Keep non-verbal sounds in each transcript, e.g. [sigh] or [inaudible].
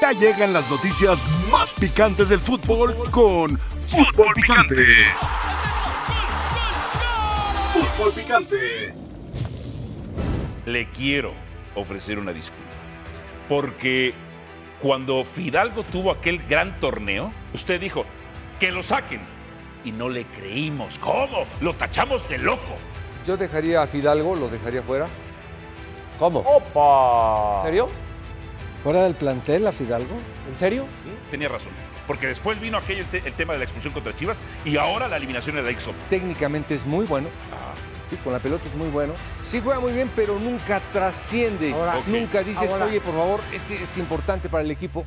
Ya llegan las noticias más picantes del fútbol con Fútbol Picante. Fútbol Picante. le quiero ofrecer una disculpa. Porque cuando Fidalgo tuvo aquel gran torneo, usted dijo, que lo saquen. Y no le creímos. ¿Cómo? Lo tachamos de loco. Yo dejaría a Fidalgo, lo dejaría fuera. ¿Cómo? Oh. ¿En serio? ¿Fuera del plantel a Fidalgo? ¿En serio? Tenía razón. Porque después vino aquello, el, te- el tema de la expulsión contra Chivas y ahora la eliminación de la Ixop. Técnicamente es muy bueno. Sí, con la pelota es muy bueno. Sí juega muy bien, pero nunca trasciende. Ahora, Ok. Nunca dices, ahora. oye, por favor, este es importante para el equipo.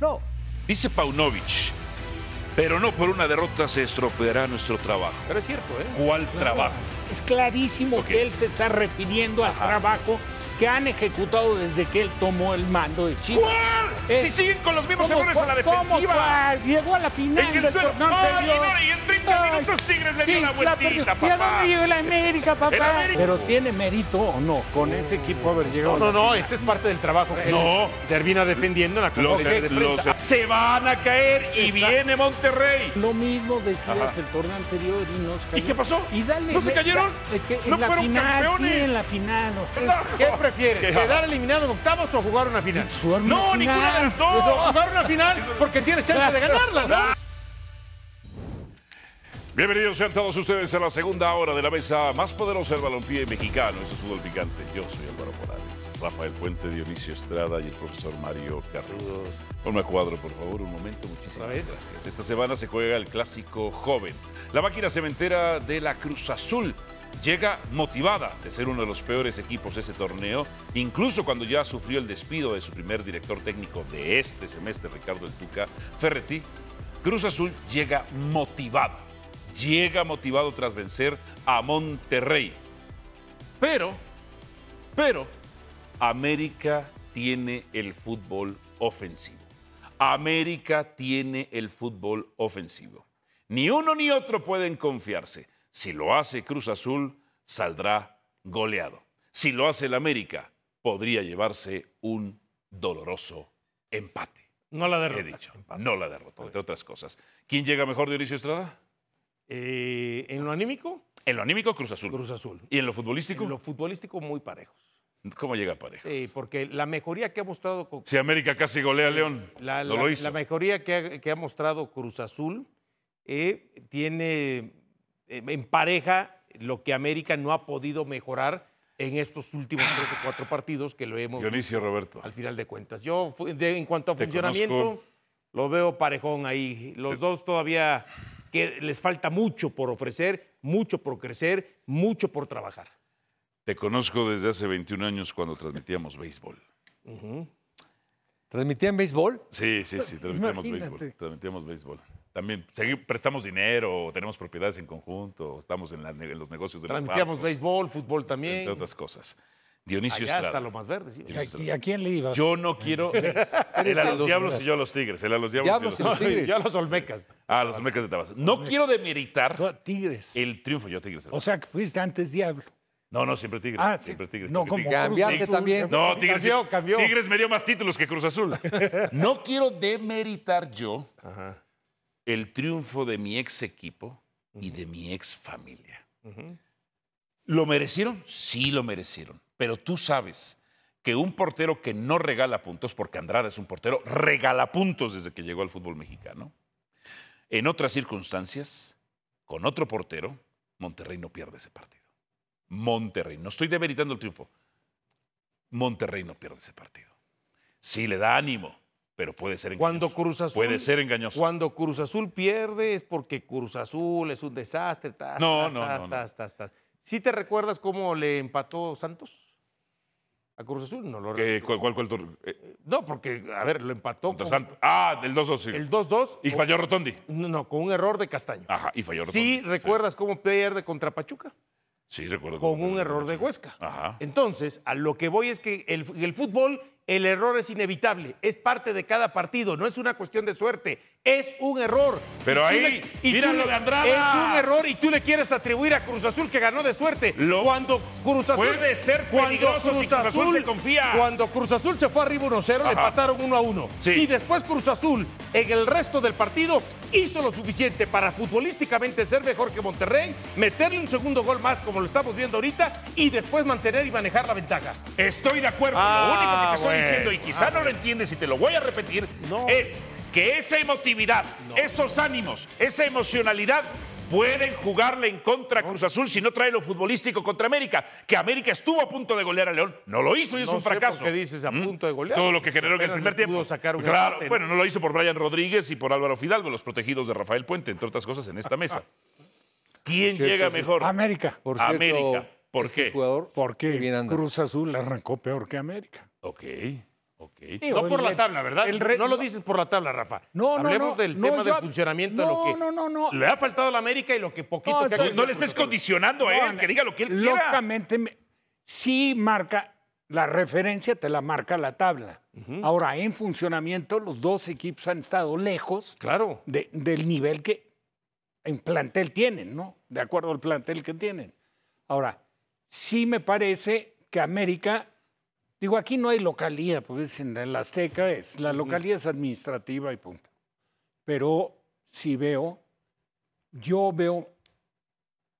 No. Dice Paunovic, pero no por una derrota se estropeará nuestro trabajo. Pero es cierto, ¿eh? ¿Cuál trabajo? Es clarísimo que él se está refiriendo al trabajo que han ejecutado desde que él tomó el mando de Chivas. ¿Cuál? Si siguen con los mismos ¿Cómo errores a la cuál? ¿Cómo defensiva. cuál? Llegó a la final En el del suelo. torneo Ay, anterior. no, y en 30 minutos Tigres le dio la vueltita, perdió. ¿Y papá? a dónde llegó el América, El papá? América. Pero tiene mérito o no con ese Oh. equipo haber llegado. No, no, no, ese es parte del trabajo. que No. él Termina defendiendo en la Los- conferencia de los- prensa. se van a caer y viene Monterrey. Lo mismo decías Ajá. el torneo anterior y nos ¿Y cayó. qué pasó? Y dale, ¿No se ve- cayeron? de que en ¿No la fueron final, campeones? sí, en la final. o sea, Oh, ¿Qué prefieres? Qué ¿Quedar eliminado en octavos o jugar una final? jugar una no, final. ninguna de las dos. No. Jugar una final porque tienes chance de ganarla, ¿no? Bienvenidos sean todos ustedes a la segunda hora de la mesa más poderosa del balompié mexicano. Eso es fútbol picante. Yo soy Álvaro Morales, Rafael Puente, Dionisio Estrada y el profesor Mario Carrudos. Ponme a cuadro, por favor, un momento. Muchísimas gracias. Esta semana se juega el clásico joven. La máquina cementera de la Cruz Azul llega motivada de ser uno de los peores equipos de ese torneo, incluso cuando ya sufrió el despido de su primer director técnico de este semestre, Ricardo El Tuca Ferretti. Cruz Azul llega motivado llega motivado tras vencer a Monterrey. Pero, pero, América tiene el fútbol ofensivo. América tiene el fútbol ofensivo. Ni uno ni otro pueden confiarse. Si lo hace Cruz Azul, saldrá goleado. Si lo hace el América, podría llevarse un doloroso empate. No la derrota. He dicho, no la derrota, entre otras cosas. ¿Quién llega mejor, Dionisio Estrada? Eh, en lo anímico, En lo anímico, Cruz Azul. Cruz Azul. ¿Y en lo futbolístico? En lo futbolístico, muy parejos. ¿Cómo llega pareja? Sí, porque la mejoría que ha mostrado con- Si América casi golea a León, La, no la- lo hizo. la mejoría que ha, que ha mostrado Cruz Azul eh, tiene eh, en pareja lo que América no ha podido mejorar en estos últimos tres o cuatro partidos que lo hemos visto Dionisio Roberto. al final de cuentas. Yo, fu- de- en cuanto a Te funcionamiento, conozco. lo veo parejón ahí. Los dos todavía que les falta mucho por ofrecer, mucho por crecer, mucho por trabajar. Te conozco desde hace 21 años cuando transmitíamos béisbol. ¿Transmitían béisbol? Sí, sí, sí, transmitíamos béisbol. Imagínate. Transmitíamos béisbol. También segui- prestamos dinero, o tenemos propiedades en conjunto, o estamos en, la ne- en los negocios Pues de los Transmitíamos bancos, béisbol, fútbol también. Entre otras cosas. Dionisio Allá hasta Estrada. lo más verde. sí. Dionisio Estrada. ¿Y a quién le ibas? Yo [laughs] no quiero. [laughs] Él a los diablos y yo a los tigres. Él a los Diablos diablos, y yo a y los los tigres. Tigres. Ya los Olmecas. Ah, los Américas de Tabasco. No quiero Tú demeritar a Tigres. el triunfo. Yo a tigres. Oh. O sea, que fuiste antes Diablo. No, no, siempre tigres. Ah, sí. siempre tigres. No, siempre como Tigres. Cambiaste Cruz Azul. también. No, Tigres, Cambió, cambió. Tigres me dio más títulos que Cruz Azul. No quiero demeritar yo el triunfo de mi ex equipo y de mi ex familia. ¿Lo merecieron? Sí, lo merecieron. Pero tú sabes que un portero que no regala puntos, porque Andrade es un portero, regala puntos desde que llegó al fútbol mexicano. En otras circunstancias, con otro portero, Monterrey no pierde ese partido. Monterrey, no estoy demeritando el triunfo. Monterrey no pierde ese partido. Sí, le da ánimo, pero puede ser engañoso. Cuando Cruz Azul- Puede ser engañoso. Cuando Cruz Azul pierde es porque Cruz Azul es un desastre. tas, No, tas, no, tas, no, no. tas, tas, tas. ¿Sí te recuerdas cómo le empató Santos a Cruz Azul? No lo ¿Qué- recuerdo. ¿Cuál, cuál, cuál torneo? Eh, No, porque, a ver, lo empató contra con- Santos. Ah, del 2-2, sí. el 2-2. Y o- falló Rotondi. No, no, con un error de Castaño. Ajá, y falló Rotondi. sí, recuerdas cómo pierde contra Pachuca Sí, recuerdo. con un error de Huesca. Ajá. Entonces, a lo que voy es que el, el fútbol el error es inevitable, es parte de cada partido, no es una cuestión de suerte, es un error. Pero Y tú ahí, le- y tú mira le- lo de Andrada. Es un error y tú le quieres atribuir a Cruz Azul que ganó de suerte. Lo- cuando Cruz Azul Puede ser peligroso si Cruz Azul se confía. Cuando Cruz Azul se fue arriba 1-0, le Ajá. empataron 1-1. Sí. Y después Cruz Azul en el resto del partido hizo lo suficiente para futbolísticamente ser mejor que Monterrey, meterle un segundo gol más como lo estamos viendo ahorita y después mantener y manejar la ventaja. Estoy de acuerdo. lo Ah, único que te estoy bueno. diciendo, y quizá no lo entiendes y te lo voy a repetir, No. es que esa emotividad, esos ánimos, esa emocionalidad pueden jugarle en contra a Cruz Azul si no trae lo futbolístico contra América. Que América estuvo a punto de golear a León. No lo hizo y es No un sé por fracaso. qué dices a ¿Mm? punto de golear. Todo lo que generó en el Apenas primer le tiempo. pudo sacar un claro, empate, ¿no? bueno, no lo hizo por Brian Rodríguez y por Álvaro Fidalgo, los protegidos de Rafael Puente, entre otras cosas, en esta [laughs] mesa. ¿Quién Cierto, llega sí. mejor? América. Por América. ¿Por ese qué? jugador Porque bien anda. Cruz Azul arrancó peor que América. Ok, ok. No por la el- tabla, ¿verdad? el re- no lo dices por la tabla, Rafa. No, no, Hablemos no, del no, tema yo del hab- funcionamiento, no, lo que no, no, no. le ha faltado a la América y lo que poquito No, que ha estoy- No conseguido le estés Cruz Azul. condicionando a él, que diga lo que él quiera. Lógicamente, me- sí marca la referencia, te la marca la tabla. Ahora, en funcionamiento, los dos equipos han estado lejos Claro. de- del nivel que en plantel tienen, ¿no? De acuerdo al plantel que tienen. Ahora, sí me parece que América, digo, aquí no hay localía, pues en el Azteca es, la localía es administrativa y punto. Pero sí veo, yo veo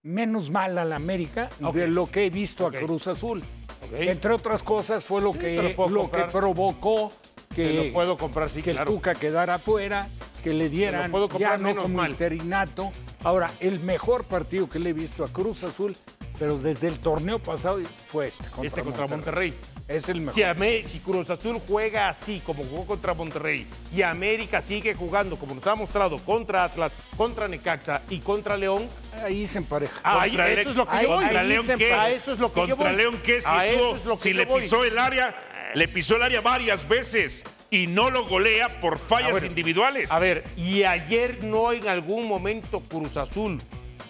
menos mal al América Ok. de lo que he visto Ok. a Cruz Azul. Ok. Entre otras cosas fue lo, te que, lo puedo lo que comprar. provocó Te que lo puedo comprar, sí, que el claro. Tuca quedara afuera, que le dieran puedo ya comprar no menos como mal. interinato. Ahora, el mejor partido que le he visto a Cruz Azul, pero desde el torneo pasado fue este contra, este contra Monterrey. Es el mejor. Si, Amé- si Cruz Azul juega así, como jugó contra Monterrey, y América sigue jugando, como nos ha mostrado, contra Atlas, contra Necaxa y contra León, Ahí se empareja. Ah, ahí- Contra eso León- es lo que ahí- yo voy. Contra Ahí León se- qué? a "Ah, eso es lo que yo Contra voy. León qué? Si, A eso estuvo- es lo que si yo le voy. pisó el área, le pisó el área varias veces y no lo golea por fallas Ah, bueno. individuales. A ver, y ayer no en algún momento Cruz Azul,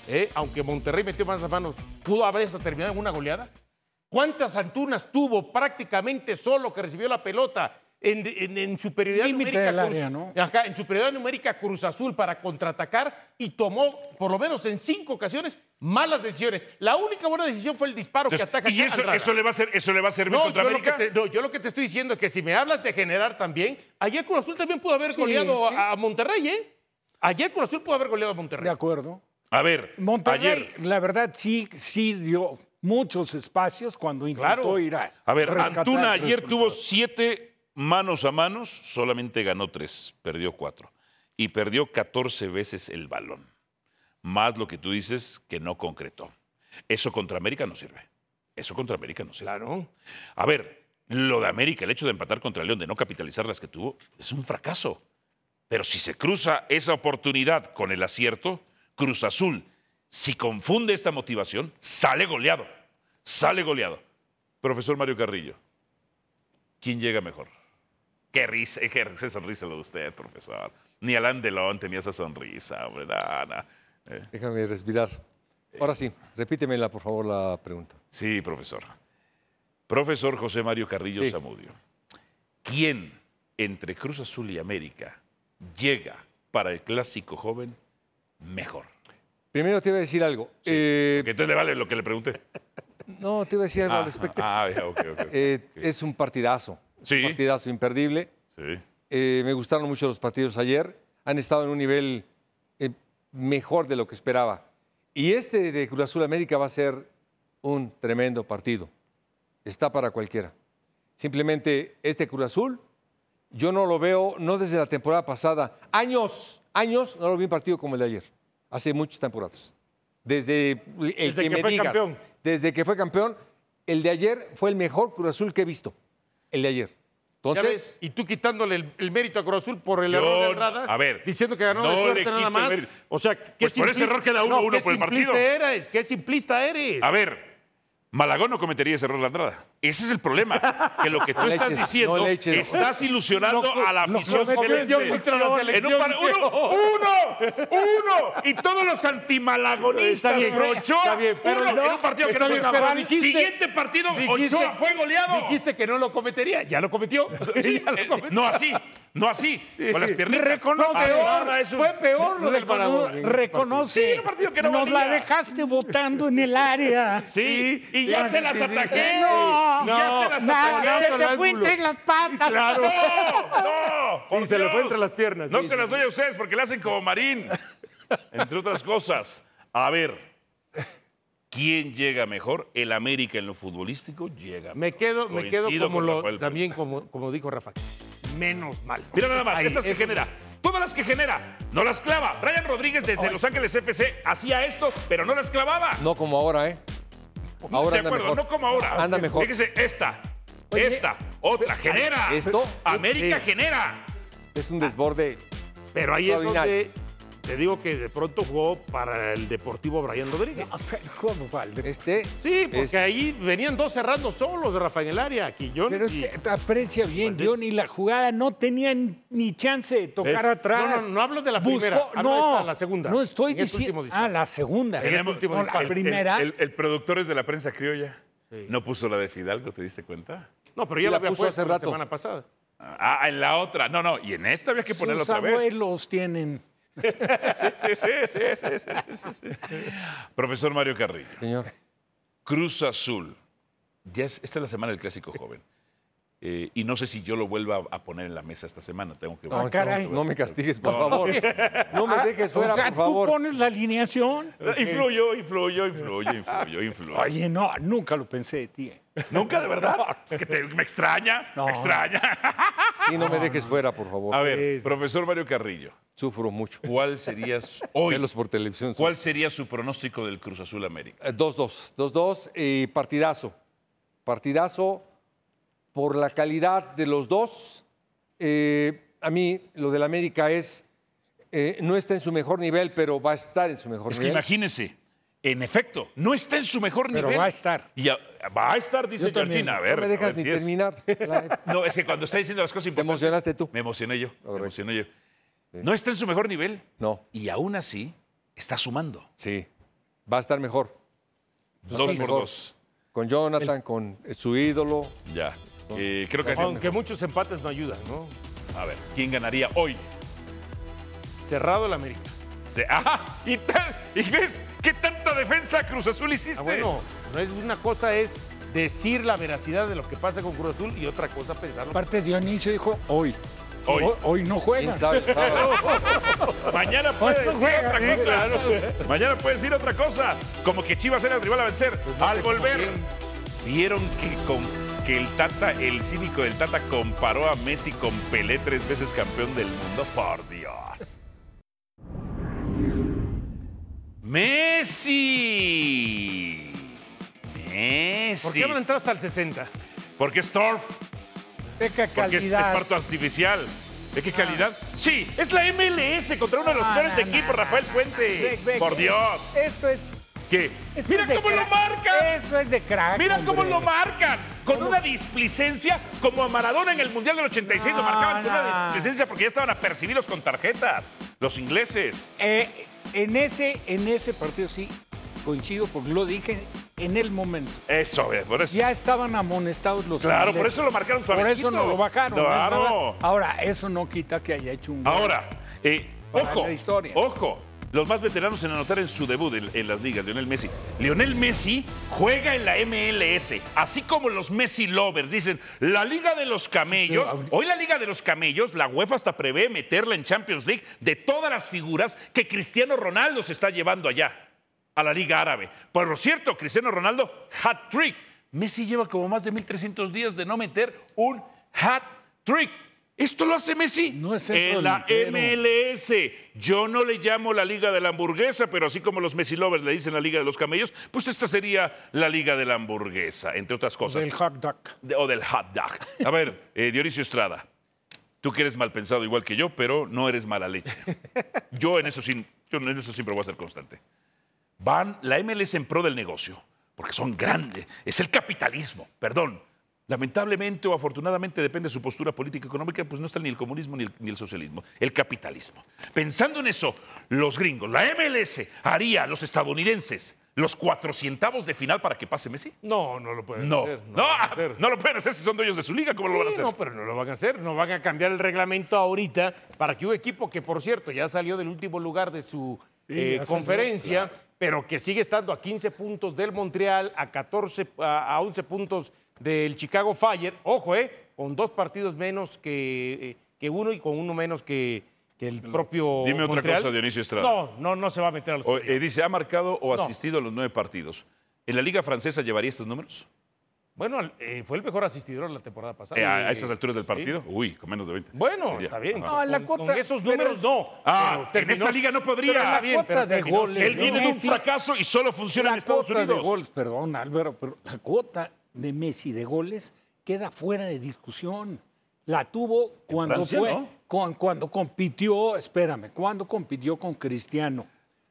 ¿eh? aunque Monterrey metió más las manos, pudo haber hasta terminado en una goleada. ¿Cuántas Antunas tuvo prácticamente solo que recibió la pelota? En, en- en superioridad Límite numérica del Cruz- área, ¿no? Ajá, en superioridad numérica Cruz Azul para contraatacar y tomó por lo menos en cinco ocasiones malas decisiones. La única buena decisión fue el disparo Entonces, que ataca y eso, Andrada. eso le va a ser, eso le va a servir No, contra yo lo, que América. te, no, yo lo que te estoy diciendo es que si me hablas de generar también, ayer Cruz Azul también pudo haber goleado sí. a a Monterrey, ¿eh? Ayer Cruz Azul pudo haber goleado a De Monterrey. acuerdo. A ver, Monterrey, ayer. la verdad, sí, sí dio muchos espacios cuando intentó Claro. ir a. A ver, rescatar Antuna ayer resultados. tuvo siete manos a manos, solamente ganó tres, perdió cuatro. Y perdió 14 veces el balón. Más lo que tú dices que no concretó. Eso contra América no sirve. Eso contra América no sirve. Claro. A ver, lo de América, el hecho de empatar contra León, de no capitalizar las que tuvo, es un fracaso. Pero si se cruza esa oportunidad con el acierto, Cruz Azul, si confunde esta motivación, sale goleado. Sale goleado. Profesor Mario Carrillo, ¿quién llega mejor? Qué risa, eh, qué risa sonrisa lo de usted, profesor. Ni Alan Delon tenía esa sonrisa, hombre, no, no. Déjame respirar. Ahora sí, repítemela, por favor, la pregunta. Eh. Sí, profesor. Profesor José Mario Carrillo Sí. Zamudio. ¿Quién entre Cruz Azul y América llega para el clásico joven mejor? Primero te iba a decir algo. Sí, Eh, porque entonces le vale lo que le pregunté. No, te iba a decir algo Ah, al respecto. ah, ya, ok, ok, ok. Eh, es un partidazo. Sí. Un partidazo imperdible. Sí. Eh, me gustaron mucho los partidos ayer. Han estado en un nivel eh, mejor de lo que esperaba. Y este de Cruz Azul América va a ser un tremendo partido. Está para cualquiera. Simplemente este Cruz Azul, yo no lo veo, no desde la temporada pasada, años, años, no lo vi en partido como el de ayer. Hace muchas temporadas. Desde el Desde que me fue digas, campeón. Desde que fue campeón, el de ayer fue el mejor Cruz Azul que he visto. El de ayer. Ya Entonces. ves, y tú quitándole el, el mérito a Cruz Azul por el Yo- error de Andrada, a ver, diciendo que ganó no de le suerte quito nada el más. mérito. O sea, qué Pues por ese simplista- error queda uno a uno qué por el partido. simplista eres, qué simplista eres. A ver, Malagón no cometería ese error de Andrada. Ese es el problema. Que lo que tú No le estás eches, diciendo, no le eches. estás ilusionando Lo- a la lo- afición lo metió yo celeste. contra la En selección, un par- uno, tío. uno, uno. Y todos los antimalagonistas, Está bien, pero Ochoa, está bien, pero uno, no, en un partido que está no bien, fue pero dijiste- Siguiente partido, dijiste- Ochoa fue goleado. Dijiste que no lo cometería, ya lo cometió. Sí, Ya lo eh, [laughs] cometió. no así, no así. Con las piernitas. Reconoce, Andrada es un- fue peor lo del Reparado, Paraguay. Reconoce. Sí, el partido que no Nos la valía. dejaste votando en el área. Eh, Sí, y ya se las ataqué. No, ya se las nada, ataqué. se te fue entre las patas. [laughs] ¡No! ¡No! por se le fue Dios. entre las piernas, No sí, se sí, las doy a ustedes porque le hacen como Marín. Entre otras cosas. A ver. ¿Quién llega mejor? El América en lo futbolístico llega. Me mejor. quedo, me quedo Coincido como con lo, Rafael Puente. también como, como dijo Rafa. Menos mal. Mira nada más, Ahí, estas que eso- genera. Todas las que genera, no las clava. Brian Rodríguez desde Los Ángeles FC hacía esto, pero no las clavaba. No como ahora, ¿eh? Ahora de anda acuerdo, mejor. no como ahora. Anda mejor. Fíjese, esta, esta, otra, genera. ¿esto? América Sí. genera. Es un desborde. Pero ahí es Extraordinario. donde te digo que de pronto jugó para el Deportivo Brian Rodríguez. ¿Cómo, Valde? Este. Sí, porque es- ahí venían dos cerrando solos, Rafa, en el área. Quillones Pero es y- que aprecia bien, Valdés. Johnny, la jugada. No tenía ni chance de tocar ¿Ves? atrás. No, no, no hablo de la primera. Hablo de esta, la segunda. No estoy En este último diciendo. disparo. Ah, la segunda. En este último No, disparo. la El- primera. El, el productor es de la prensa criolla. No puso la de Fidalgo, ¿te diste cuenta? No, pero Sí, ya la la había puso puesto hace la rato. semana pasada. Ah, en la otra. No, no, y en esta había que ponerla sus otra [laughs] vez. abuelos [laughs] tienen. Sí, sí, sí, sí, sí, sí, sí, sí. Profesor Mario Carrillo, Señor. Cruz Azul. Ya es- esta es la semana del clásico joven. Eh, y no sé si yo lo vuelva a- a poner en la mesa esta semana. Tengo que No, ver. caray. Ah, no me castigues, por No, [laughs] favor. No Ah, me dejes fuera, o sea, por favor. Eh, tú pones la alineación. Influyó, influyó, influyó, influyó, influyó. Oye, no, nunca lo pensé de ti. eh. Nunca, de verdad. Es que te- me extraña, me extraña. Sí, no me dejes fuera, por favor. A ver, profesor Mario Carrillo, Sufro mucho. ¿cuál sería su- hoy? Verlos por televisión. ¿Cuál sería su pronóstico del Cruz Azul América? Eh, 2-2. 2-2 y partidazo. Partidazo por la calidad de los dos. Eh, a mí lo del América es, eh, no está en su mejor nivel, pero va a estar en su mejor Es que nivel. imagínese, en efecto, no está en su mejor nivel. Pero va a estar. Y a- va a estar, dice Yo también. Georgina. A ver, no me a dejas ver ni si es. terminar. La- No, es que cuando está diciendo las cosas Te importantes. emocionaste tú. Me emocioné yo. Me Correcto. emocioné yo. No está en su mejor nivel. No, Y aún así, está sumando. sí. Va a estar mejor. Dos por mejor. dos. Con Jonathan, con su ídolo. Ya. Eh, creo que. Aunque muchos empates no ayudan, ¿no? A ver, ¿quién ganaría Oh, hoy? Cerrado el América. Se- ¡Ah! ¿Y, tan- y ves qué tanta defensa Cruz Azul hiciste? Ah, bueno, no es, una cosa es decir la veracidad de lo que pasa con Cruz Azul y otra cosa pensarlo. Aparte, Dionisio dijo hoy. Hoy. Hoy, hoy no ¿Quién juega. [laughs] sabe? el sábado? Mañana puede decir otra cosa. Mañana puede decir otra cosa. Como que Chivas era el rival a vencer. Al volver, vieron que con que el Tata, el cínico del Tata, comparó a Messi con Pelé, tres veces campeón del mundo. Por Dios. Messi. Messi. ¿Por qué van a entrar hasta el 60? Porque es turf. Peca Porque es, es calidad. parto artificial. ¿De qué calidad? Sí, es la MLS contra uno de los Ah. No, peores no, equipos, no, Rafael Puente. Ve, ve, Por que- Dios. Esto es. ¿Qué? esto Mira es de cómo lo crack. marcan. Eso es de crack. Mira cómo hombre. lo marcan. Con una displicencia como a Maradona en el Mundial del 86. lo No, marcaban con una Ah. no. displicencia porque ya estaban apercibidos con tarjetas. Los ingleses. Eh, en, ese, en ese partido sí coincido, porque lo dije en el momento. Eso, ve, por eso. Ya estaban amonestados los Claro, ingleses. por eso lo marcaron suavecito. Por eso no lo bajaron. Claro. Eso no- Ahora, eso no quita que haya hecho un... gol. Ahora, eh, Para ojo, la historia. ojo, los más veteranos en anotar en su debut en, en las ligas, Lionel Messi. Lionel Messi juega en la MLS, así como los Messi lovers dicen, la Liga de los Camellos, hoy la Liga de los Camellos, la UEFA hasta prevé meterla en Champions League de todas las figuras que Cristiano Ronaldo se está llevando allá, a la Liga Árabe. Por cierto, Cristiano Ronaldo, hat-trick. Messi lleva como más de 1.300 días de no meter un hat-trick. Esto lo hace Messi No es centro en la delantero. MLS. Yo no le llamo la Liga de la Hamburguesa, pero así como los Messi Lovers le dicen la Liga de los Camellos, pues esta sería la Liga de la Hamburguesa, entre otras cosas. Del hot dog. De- o del hot dog. A ver, eh, Dionisio Estrada, tú que eres mal pensado igual que yo, pero no eres mala leche. Yo en eso, sin- yo en eso siempre voy a ser constante. Van la MLS en pro del negocio. porque son grandes. Es el capitalismo, perdón. Lamentablemente o afortunadamente, depende de su postura política y económica, pues no está ni el comunismo ni el, ni el socialismo, el capitalismo. Pensando en eso, los gringos, la MLS haría a los estadounidenses los cuatrocientavos de final para que pase Messi. No, no lo pueden No, hacer. no, lo van a ah, hacer. no lo pueden hacer si son dueños de su liga, ¿cómo lo van a Sí, hacer? No, pero no lo van a hacer. No van a cambiar el reglamento ahorita para que un equipo que, por cierto, ya salió del último lugar de su eh, ya salió, conferencia, pero que sigue estando a 15 puntos del Montreal, a, 14, a, a 11 puntos del Chicago Fire. Ojo, eh, con dos partidos menos que, eh, que uno y con uno menos que, que el propio Dime otra Montreal. cosa, Dionisio Estrada. No, no, no se va a meter a los O, eh, dice, ha marcado o No. asistido a los nueve partidos. ¿En la Liga Francesa llevaría estos números? Bueno, al- eh, fue el mejor asistidor la temporada pasada. Eh, a, a Eh, esas alturas del sí. partido? Uy, con menos de 20. Bueno, Sería. está bien. Ajá. No, la con, cuota- con esos pero números es- no. Ah, Pero en esta liga no podría. pero está bien, La pero cuota de terminó goles, siendo- Él viene de un Messi- fracaso y solo funciona en La Estados cuota de Unidos. goles, perdón Álvaro, pero la cuota de Messi de goles queda fuera de discusión. La tuvo cuando Francia, fue, ¿no? con- cuando compitió, espérame, cuando compitió con Cristiano.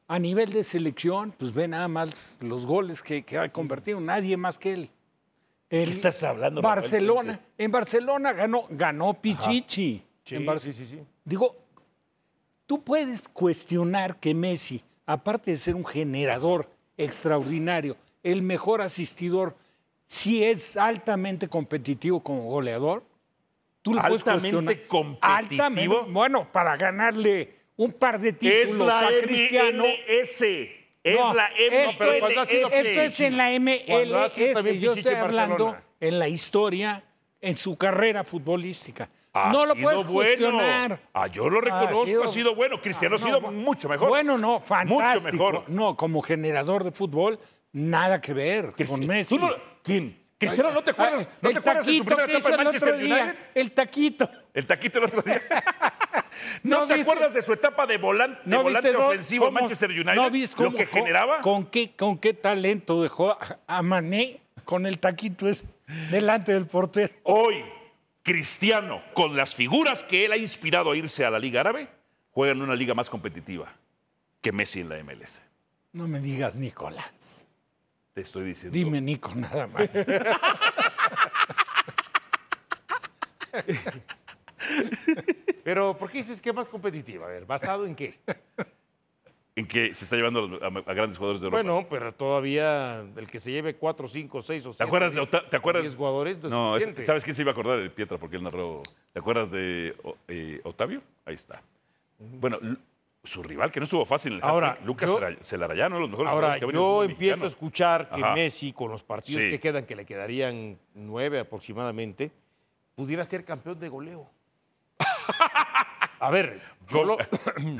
A nivel de selección, pues ve nada más los goles que, que ha convertido, nadie más que él. El estás hablando, Manuel? Barcelona, en Barcelona ganó, ganó Pichichi. Sí, En Bar- sí, sí, sí. Digo, tú puedes cuestionar que Messi, aparte de ser un generador extraordinario, el mejor asistidor, si es altamente competitivo como goleador, tú lo puedes ¿Altamente cuestionar. competitivo? bueno, para ganarle un par de títulos a Cristiano. MLS. No, esto, pero es, cuando ha sido esto es en la Cuando ha sido MLS. también Yo Pichichi estoy en hablando Barcelona. en la historia, en su carrera futbolística. Ha no lo sido puedes cuestionar. Ah, yo lo reconozco, ha sido, sido- bueno. Cristiano Ah, ha sido no, mucho mejor. Bueno, no, fantástico. Mucho mejor. No, como generador de fútbol, nada que ver con Messi. Tú no- ¿Quién? Cristiano, ¿no te acuerdas? Ah, ¿No el te acuerdas de su taquito primera que hizo etapa en el Manchester otro día, United? El taquito. El taquito el otro [laughs] día. ¿No, ¿No te viste- acuerdas de su etapa de, volan- de ¿No volante viste cómo- ofensivo en cómo- Manchester United? ¿No viste lo cómo- que con- generaba. Con qué, con qué talento dejó a- a Mané con el taquito ese delante del portero. Hoy, Cristiano, con las figuras que él ha inspirado a irse a la Liga Árabe, juega en una liga más competitiva que Messi en la MLS. No me digas Nicolás. Te estoy diciendo. Dime Nico nada más. [laughs] Pero, ¿por qué dices que es más competitiva? A ver, ¿basado en qué? En que se está llevando a los- a, a grandes jugadores de Europa. bueno, pero todavía el que se lleve 4, 5, 6 o 7. ¿Te acuerdas de Ota- ¿Te acuerdas? 10 jugadores no es No, es- suficiente. ¿sabes quién se iba a acordar de Pietra? Porque él narró. ¿Te acuerdas de o- eh, Otavio? Ahí está. Bueno, Lu- su rival, que no estuvo fácil en el Ahora, hat-trick, Lucas yo- Celara- Celarayán, uno de los mejores Ahora, jugadores que ha venido yo al fútbol empiezo a mexicano. escuchar que Ajá. Messi, con los partidos Sí. que quedan, que le quedarían nueve aproximadamente, pudiera ser campeón de goleo. A ver, yo [laughs] lo-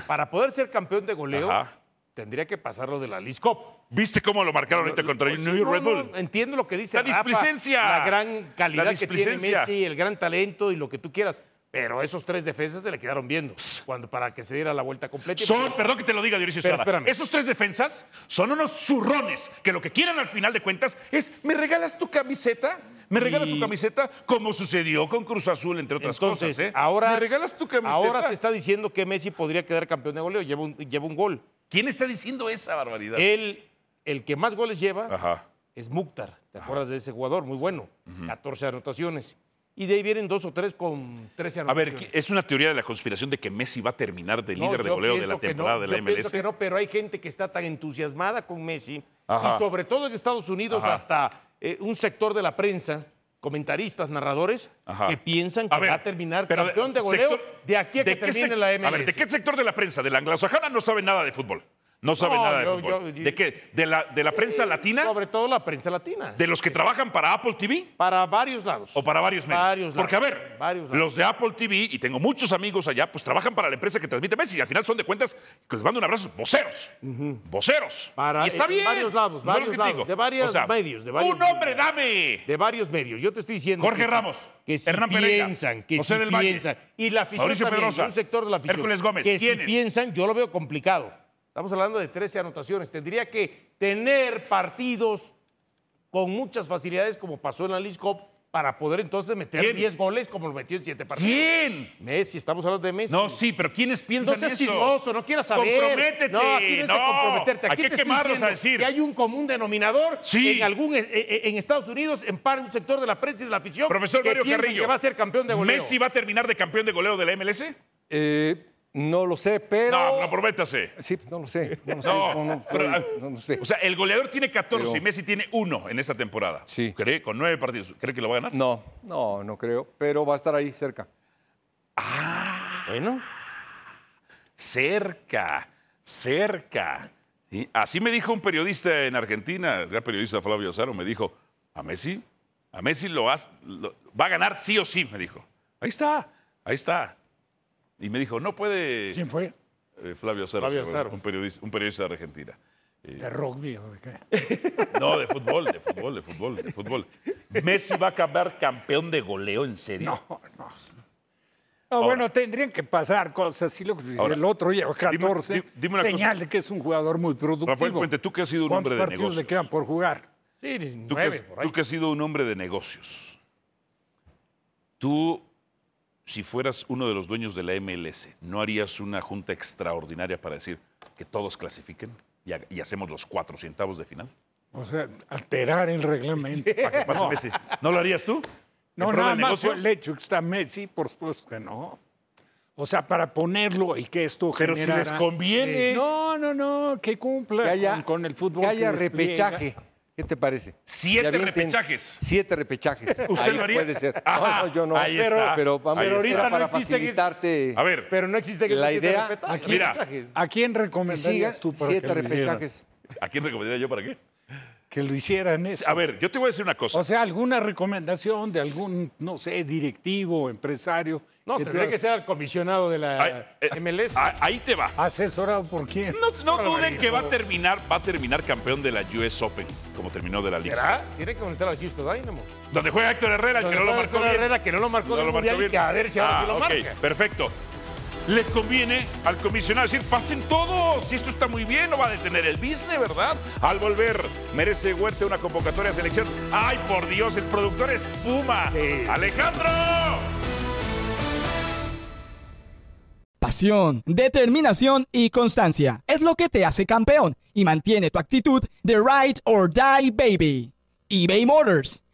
para poder ser campeón de goleo, Ajá. tendría que pasarlo de la League Cup. ¿Viste cómo lo marcaron ahorita contra Pues, New York no, Red no, Bull? entiendo lo que dice La Rafa, displicencia. la gran calidad La que tiene displicencia. Messi, el gran talento y lo que tú quieras. Pero esos tres defensas se le quedaron viendo cuando, para que se diera la vuelta completa. y Son, perdón que te lo diga, Dionisio Pero Estrada. espérame. Esos tres defensas son unos zurrones que lo que quieren al final de cuentas es: ¿me regalas tu camiseta? ¿Me regalas Y- tu camiseta? Como sucedió con Cruz Azul, entre otras Entonces, cosas. ¿eh? ahora, ¿Me regalas tu camiseta? ahora se está diciendo que Messi podría quedar campeón de goleo, lleva un, lleva un gol. ¿Quién está diciendo esa barbaridad? Ah. Él, el que más goles lleva Ajá. es Mukhtar, ¿te acuerdas de ese jugador? Muy bueno, 14 anotaciones. Y de ahí vienen dos o tres con 13 A anotaciones. ver, ¿qué- ¿es una teoría de la conspiración de que Messi va a terminar de No, líder de yo goleo de la pienso que temporada no, de la yo pienso MLS? que no, pero hay gente que está tan entusiasmada con Messi, Ajá. y sobre todo en Estados Unidos, Ajá. hasta eh, un sector de la prensa, comentaristas, narradores, Ajá. que piensan que ver, va a terminar pero campeón de goleo sector- de aquí a que ¿de qué termine sec- la MLS. A ver, ¿de qué sector de la prensa? ¿De la anglosajona no saben nada de fútbol? No saben No, nada de yo- fútbol. yo- Eh, ¿De qué? ¿De la, de la prensa latina? Sobre todo la prensa latina. ¿De los que trabajan para Apple TV? Para varios lados. ¿O para varios medios? Varios Porque, a lados, ver, varios lados. los de Apple TV, y tengo muchos amigos allá, pues trabajan para la empresa que transmite Messi. Y al final son de cuentas, que les mando un abrazo, voceros. Voceros. Para- y está Eh, en bien. varios lados, no los varios critico. lados, de varios O sea, medios, de varios ¡Un hombre, medios. dame! De varios medios. Yo te estoy diciendo. Jorge que sí- Ramos, que sí Hernán Pereira, piensan, que José sí del Valle, piensan. Y la afición Mauricio también, Pedrosa, un sector de la afición. Hércules Gómez, Que si ¿quiénes? piensan, yo lo veo complicado. Estamos hablando de 13 anotaciones. Tendría que tener partidos con muchas facilidades, como pasó en la League Cup, para poder entonces meter ¿Quién? 10 goles como lo metió en 7 partidos. ¿Quién? Messi, estamos hablando de Messi. No, sí, pero ¿quiénes No piensan seas eso? chismoso, no quieras saber. Comprométete. No, aquí no es de No, comprometerte. Aquí hay te que estoy quemarlos diciendo a decir. Que hay un común denominador Sí. en algún eh, eh, en Estados Unidos, en par un sector de la prensa y de la afición Profesor que Mario piensan Carrillo. que va a ser campeón de goleo. ¿Messi va a terminar de campeón de goleo de la MLS? Eh, no lo sé, pero. No, no, prométase. Sí, no lo sé. No lo sé. [laughs] No, No, no, pero, no, ah, no lo sé. O sea, el goleador tiene 14 y Pero- Messi tiene uno en esta temporada. Sí. ¿Cree? Con nueve partidos. ¿Cree que lo va a ganar? No, no, no creo. Pero va a estar ahí cerca. Bueno, Cerca, cerca. Y Así me dijo un periodista en Argentina, el gran periodista Flavio Azaro, me dijo, a Messi, a Messi lo, has- lo- va a ganar sí o sí, me dijo. Ahí está, ahí está. Y me dijo, no puede ¿Quién fue? eh, Flavio Azaro, Flavio se llama, Azaro. Un, periodista, un periodista de Argentina. Eh, ¿De rugby o de qué? No, de fútbol, de fútbol, de fútbol, de fútbol. Messi va a acabar campeón de goleo, ¿en serio? No, no. No, bueno, tendrían que pasar cosas así. Lo, que- Ahora, el otro lleva 14. di- dime una señal cosa. de que es un jugador muy productivo. Rafael Puente, tú que has sido un ¿Cuántos hombre de partidos le negocios. quedan por jugar? sí, Tú que, 9 has- por ahí. tú que has sido un hombre de negocios, tú, si fueras uno de los dueños de la MLS, ¿no harías una junta extraordinaria para decir que todos clasifiquen y, ha- y hacemos los cuatro centavos de final? O sea, alterar el reglamento. [laughs] ¿Para que pase Messi? ¿No lo harías tú? No, ¿En pro nada del más negocio? fue el hecho que está Messi, por supuesto que no. O sea, para ponerlo y que esto Pero si generara- les conviene. No, no, no, que cumpla Que haya- con, con el fútbol. Que haya despliega. repechaje. ¿Qué te parece? Siete Que avienten repechajes. Siete repechajes. [laughs] ¿Usted Ahí lo haría? Puede ser. [laughs] Ajá, no, no, yo no. ahí pero, está. pero vamos, Ahí era está. para Ahorita no existe que- facilitarte A ver, Pero no existe que La existe idea- respetar. Aquí- Mira. Repechajes. ¿A quién que recomendarías sigas tú para siete que, lo hicieran? repechajes. ¿a quién recomendaría yo para qué? que lo hicieran eso? A ver, yo te voy a decir una cosa. O sea, alguna recomendación de algún, no sé, directivo, empresario. No, que tú tendría que has ser al comisionado de la Ay, eh, MLS. ah, ahí te va. ¿Asesorado por quién? No, no duden que va a terminar, va a terminar campeón de la US Open, como terminó de la liga. ¿Será? Tiene que conectar al Houston Dynamo. Donde juega Héctor Herrera, el que no lo marcó Héctor bien. Herrera, que no lo marcó No en el lo marcó Mundial y bien. Ah, que a ver si ahora sí lo ok, marca. Perfecto. Les conviene al comisionado decir, pasen todos, si esto está muy bien, no va a detener el business, ¿verdad? Al volver, merece Huerte una convocatoria a selección. ¡Ay, por Dios, el productor es Puma! ¡Alejandro! Pasión, determinación y constancia es lo que te hace campeón y mantiene tu actitud de ride or die baby. eBay Motors